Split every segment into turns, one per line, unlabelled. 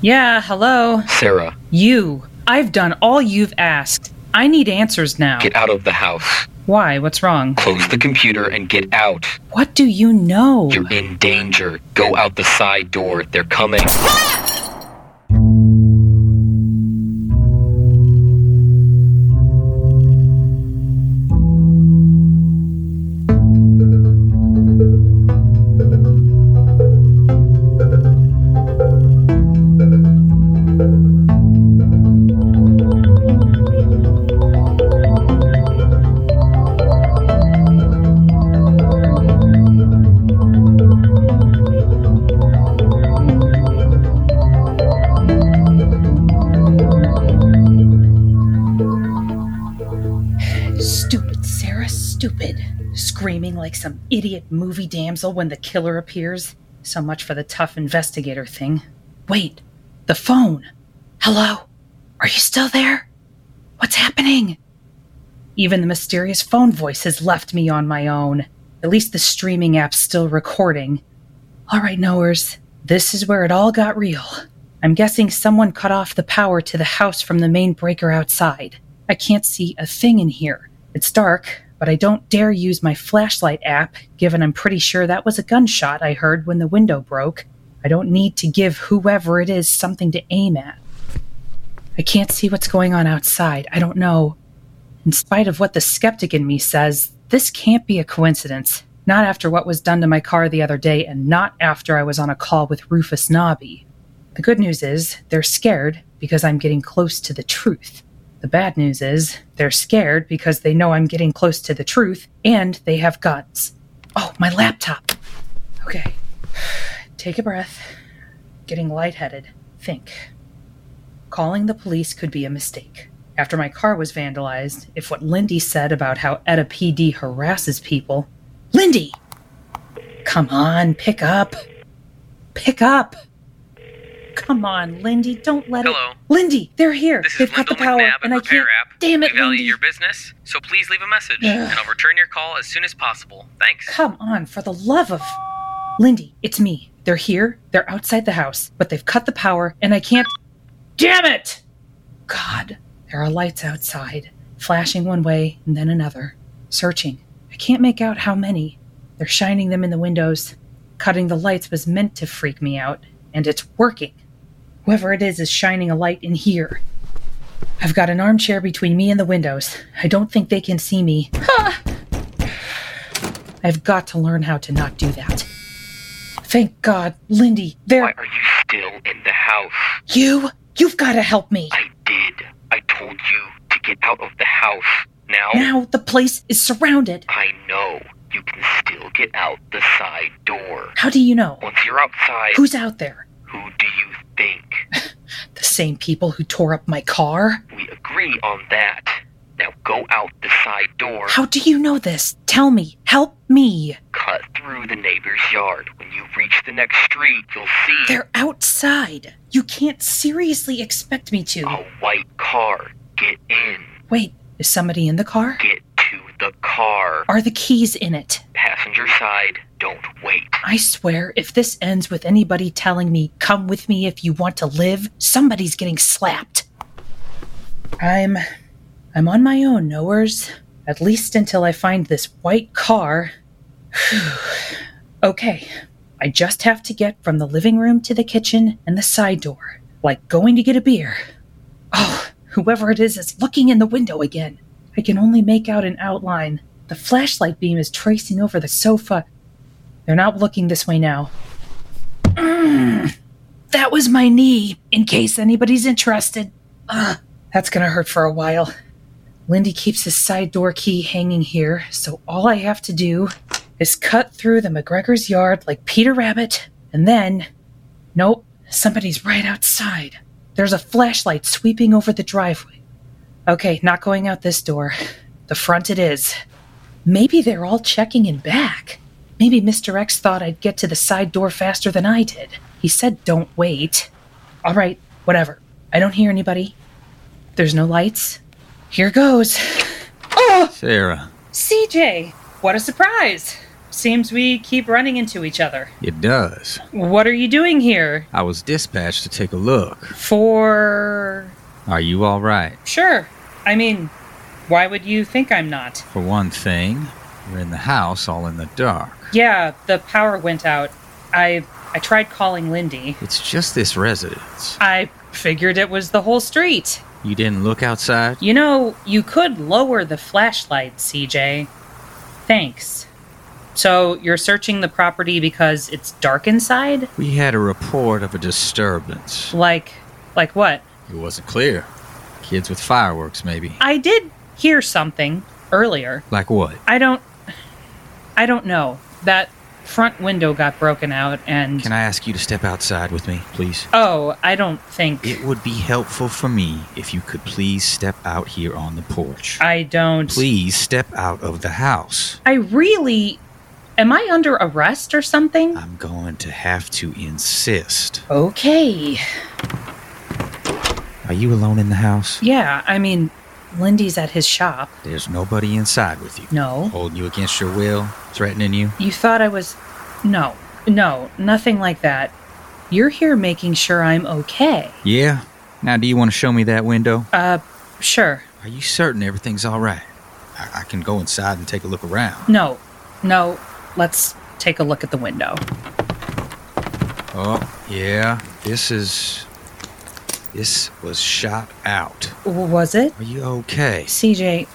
Yeah, hello.
Sarah,
You. I've done all you've asked. I need answers now.
get out of the house.
Why? What's wrong?
Close the computer and get out.
What do you know?
You're in danger. Go out the side door. They're coming.
Stupid, Sarah, stupid. Screaming like some idiot movie damsel when the killer appears. So much for the tough investigator thing. Wait, the phone. Hello? Are you still there? What's happening? Even the mysterious phone voice has left me on my own. At least the streaming app's still recording. All right, knowers, this is where it all got real. I'm guessing someone cut off the power to the house from the main breaker outside. I can't see a thing in here. It's dark, but I don't dare use my flashlight app, given I'm pretty sure that was a gunshot I heard when the window broke. I don't need to give whoever it is something to aim at. I can't see what's going on outside. I don't know. In spite of what the skeptic in me says, this can't be a coincidence. Not after what was done to my car the other day, and not after I was on a call with Rufus Nobby. The good news is they're scared because I'm getting close to the truth. The bad news is they're scared because they know I'm getting close to the truth and they have guns. Oh, my laptop. Okay. Take a breath. Getting lightheaded. Think. Calling the police could be a mistake. After my car was vandalized, if what Lindy said about how Etta PD harasses people. Lindy! Come on, pick up. Pick up. Come on, Lindy, don't let
Hello.
it. Lindy, they're here.
This is
They've got
Lyndall
the power,
McNabb
and I
at Repair
can't.
App.
Damn it,
we value
Lindy.
your business, so please leave a message, and I'll return your call as soon as possible. Thanks.
Come on, for the love of. Lindy, it's me. They're here, they're outside the house, but they've cut the power, and I can't. Damn it! God, there are lights outside, flashing one way and then another, searching. I can't make out how many. They're shining them in the windows. Cutting the lights was meant to freak me out, and it's working. Whoever it is is shining a light in here. I've got an armchair between me and the windows. I don't think they can see me. I've got to learn how to not do that. Thank God, Lindy, there.
Why are you still in the house?
You? You've got to help me.
I did. I told you to get out of the house. Now,
Now the place is surrounded.
I know you can still get out the side door.
How do you know?
Once you're outside,
Who's out there?
who do you think?
The same people who tore up my car?
We agree on that. Now go out the side door.
How do you know this? Tell me. Help me.
Cut through the neighbor's yard. When you reach the next street, you'll see
They're outside. You can't seriously expect me
a
to.
white car. Get in.
Wait, is somebody in the car?
Get to the car.
Are the keys in it?
Passenger side, don't wait.
I swear, if this ends with anybody telling me, come with me if you want to live, somebody's getting slapped. I'm. I'm on my own, knowers. At least until I find this white car. okay, I just have to get from the living room to the kitchen and the side door, like going to get a beer. Oh, whoever it is is looking in the window again. I can only make out an outline. The flashlight beam is tracing over the sofa. They're not looking this way now. Mm, that was my knee, in case anybody's interested. Ugh, that's gonna hurt for a while. Lindy keeps his side door key hanging here, so all I have to do is cut through the McGregor's yard like Peter Rabbit, and then. Nope, somebody's right outside. There's a flashlight sweeping over the driveway. Okay, not going out this door. The front it is. Maybe they're all checking in back. Maybe Mr. X thought I'd get to the side door faster than I did. He said, don't wait. All right, whatever. I don't hear anybody. There's no lights. Here goes. Oh,
Sarah.
CJ, what a surprise! Seems we keep running into each other.
It does.
What are you doing here?
I was dispatched to take a look.
For.
Are you all right?
Sure. I mean, why would you think I'm not?
For one thing, we're in the house all in the dark.
Yeah, the power went out. I I tried calling Lindy.
It's just this residence.
I figured it was the whole street.
You didn't look outside?
You know, you could lower the flashlight, CJ. Thanks. So, you're searching the property because it's dark inside?
We had a report of a disturbance.
Like like what?
It wasn't clear. Kids with fireworks, maybe.
I did hear something earlier.
Like what?
I don't I don't know. That front window got broken out and
Can I ask you to step outside with me, please?
Oh, I don't think
It would be helpful for me if you could please step out here on the porch.
I don't
Please step out of the house.
I really am I under arrest or something?
I'm going to have to insist.
Okay.
Are you alone in the house?
Yeah, I mean, Lindy's at his shop.
There's nobody inside with you.
No.
Holding you against your will, threatening you.
You thought I was. No, no, nothing like that. You're here making sure I'm okay.
Yeah. Now, do you want to show me that window?
Uh, sure.
Are you certain everything's all right? I, I can go inside and take a look around.
No, no, let's take a look at the window.
Oh, yeah. This is. This was shot out.
W- Was it?
Are you okay?
CJ,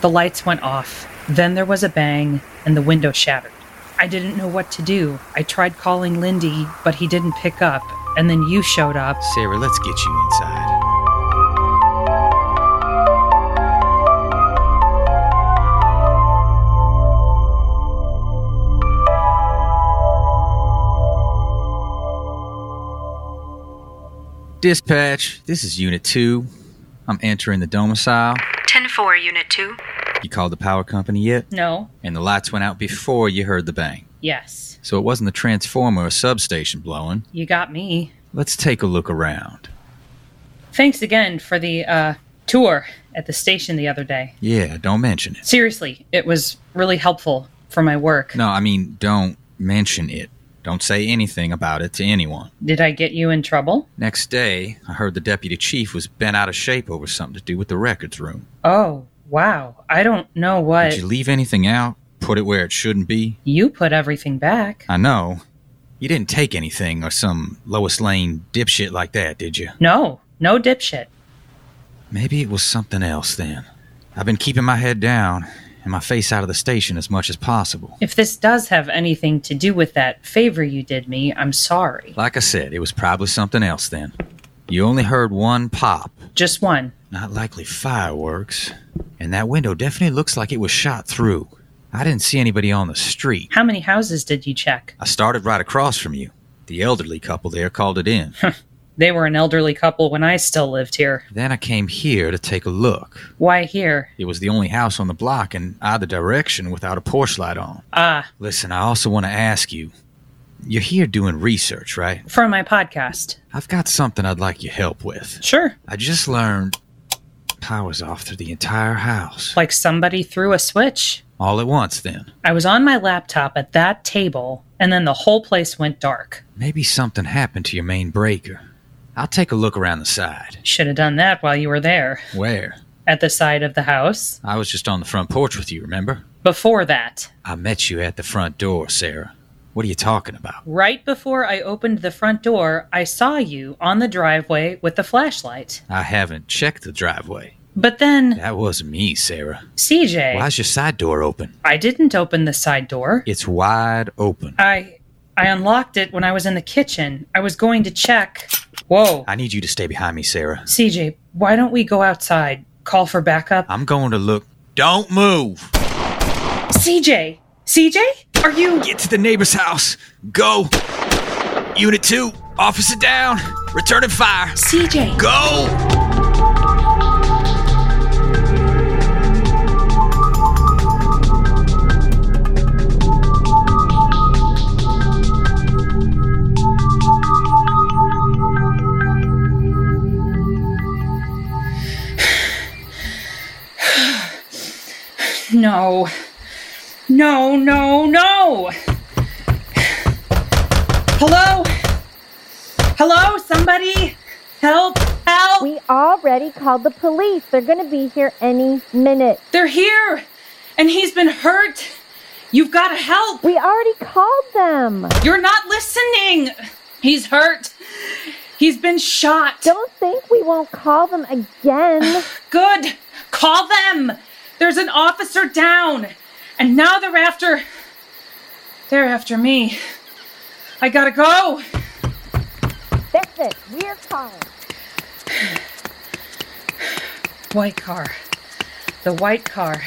the lights went off. Then there was a bang, and the window shattered. I didn't know what to do. I tried calling Lindy, but he didn't pick up, and then you showed up.
Sarah, let's get you inside. Dispatch, this is Unit 2. I'm entering the domicile.
10 4, Unit 2.
You called the power company yet?
No?
And the lights went out before you heard the bang.
Yes.
So it wasn't the transformer or substation blowing.
You got me.
Let's take a look around.
Thanks again for the uh, tour at the station the other day.
Yeah, don't mention it.
Seriously, it was really helpful for my work.
No, I mean, don't mention it. Don't say anything about it to anyone.
Did I get you in trouble?
Next day, I heard the deputy chief was bent out of shape over something to do with the records room.
Oh, wow. I don't know what.
Did you leave anything out? Put it where it shouldn't be?
You put everything back.
I know. You didn't take anything or some Lois Lane dipshit like that, did you?
No, no dipshit.
Maybe it was something else then. I've been keeping my head down and my face out of the station as much as possible.
If this does have anything to do with that favor you did me, I'm sorry.
Like I said, it was probably something else then. You only heard one pop,
Just one.
not likely fireworks, and that window definitely looks like it was shot through. I didn't see anybody on the street.
How many houses did you check?
I started right across from you. The elderly couple there called it in.
They were an elderly couple when I still lived here.
then I came here to take a look.
Why here?
It was the only house on the block in either direction without a porch light on.
Ah,
Listen, I also want to ask you you're here doing research, right?
for my podcast.
I've got something I'd like your help with.
Sure.
I just learned power's off through the entire house.
Like somebody threw a switch.
All at once, then.
I was on my laptop at that table, and then the whole place went dark.
Maybe something happened to your main breaker. I'll take a look around the side.
Should have done that while you were there.
Where?
At the side of the house.
I was just on the front porch with you, remember?
Before that.
I met you at the front door, Sarah. What are you talking about?
Right before I opened the front door, I saw you on the driveway with the flashlight.
I haven't checked the driveway.
But then,
That wasn't me, Sarah.
CJ,
Why's your side door open?
I didn't open the side door.
It's wide open.
I I unlocked it when I was in the kitchen. I was going to check. Whoa.
I need you to stay behind me, Sarah.
CJ, why don't we go outside? Call for backup?
I'm going to look. Don't move!
CJ! CJ? Are you
Get to the neighbor's house. Go! Unit 2, officer down. Returning fire.
CJ?
Go!
No. No, no, no! Hello? Hello, somebody? Help, help!
We already called the police. They're going to be here any minute.
They're here! And he's been hurt! You've gotta help!
We already called them.
You're not listening! He's hurt! He's been shot!
Don't think we won't call them again.
Good! Call them! There's an officer down! And now they're after. They're after me. I gotta go!
That's it. We're calling.
White car. The white car.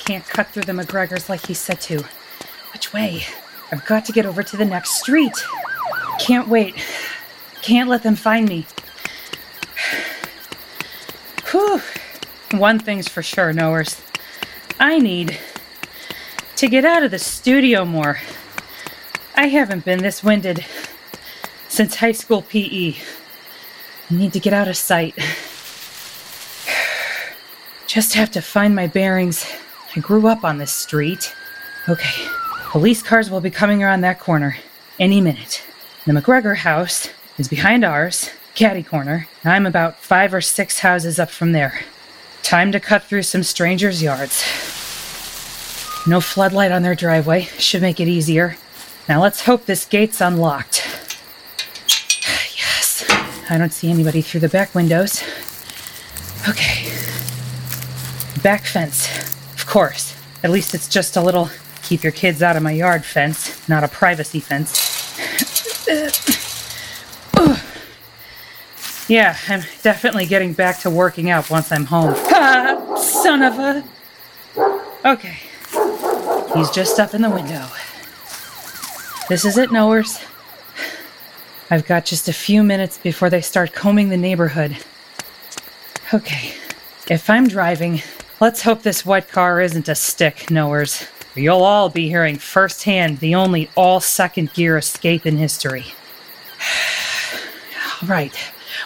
Can't cut through the McGregors like he said to. Which way? I've got to get over to the next street. Can't wait. Can't let them find me. Whew. One thing's for sure, knowers. I need to get out of the studio more. I haven't been this winded since high school PE. I need to get out of sight. Just have to find my bearings. I grew up on this street. Okay, police cars will be coming around that corner any minute. The McGregor house is behind ours, catty corner. and I'm about five or six houses up from there. Time to cut through some strangers' yards. No floodlight on their driveway. Should make it easier. Now let's hope this gate's unlocked. Yes. I don't see anybody through the back windows. Okay. Back fence. Of course. At least it's just a little keep your kids out of my yard fence, not a privacy fence. Ugh. yeah, I'm definitely getting back to working out once I'm home. Ah, son of a. Okay. He's just up in the window. This is it, Knowers. I've got just a few minutes before they start combing the neighborhood. Okay. If I'm driving, let's hope this white car isn't a stick, Knowers. You'll all be hearing firsthand the only all second gear escape in history. all right.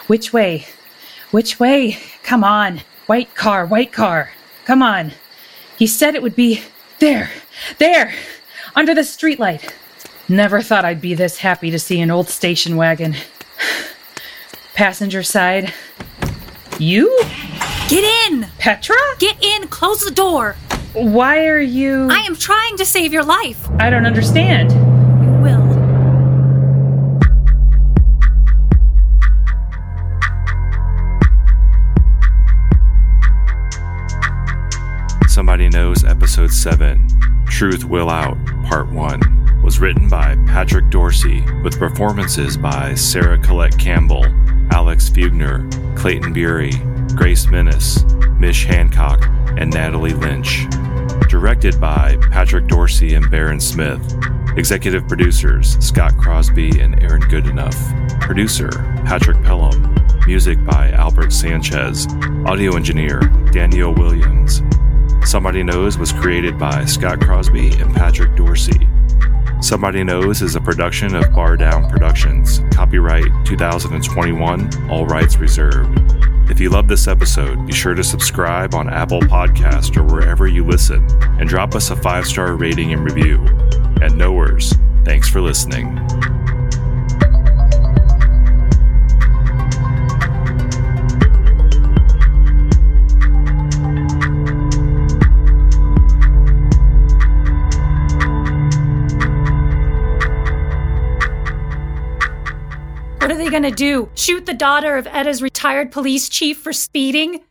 Which way? Which way? Come on. White car, white car. Come on. He said it would be there, there, under the streetlight. Never thought I'd be this happy to see an old station wagon. Passenger side. You?
Get in!
Petra?
Get in! Close the door!
Why are you.
I am trying to save your life!
I don't understand.
You will.
Somebody Knows Episode 7 Truth Will Out Part 1 was written by Patrick Dorsey with performances by Sarah Collette Campbell, Alex Fugner, Clayton Bury, Grace Menace, Mish Hancock, and Natalie Lynch. Directed by Patrick Dorsey and Baron Smith. Executive producers Scott Crosby and Aaron Goodenough. Producer Patrick Pelham. Music by Albert Sanchez. Audio engineer Daniel Williams. Somebody Knows was created by Scott Crosby and Patrick Dorsey. Somebody Knows is a production of Bar Down Productions. Copyright 2021, all rights reserved. If you love this episode, be sure to subscribe on Apple Podcast or wherever you listen and drop us a five star rating and review. And knowers, thanks for listening.
What are they gonna do? Shoot the daughter of Edda's retired police chief for speeding?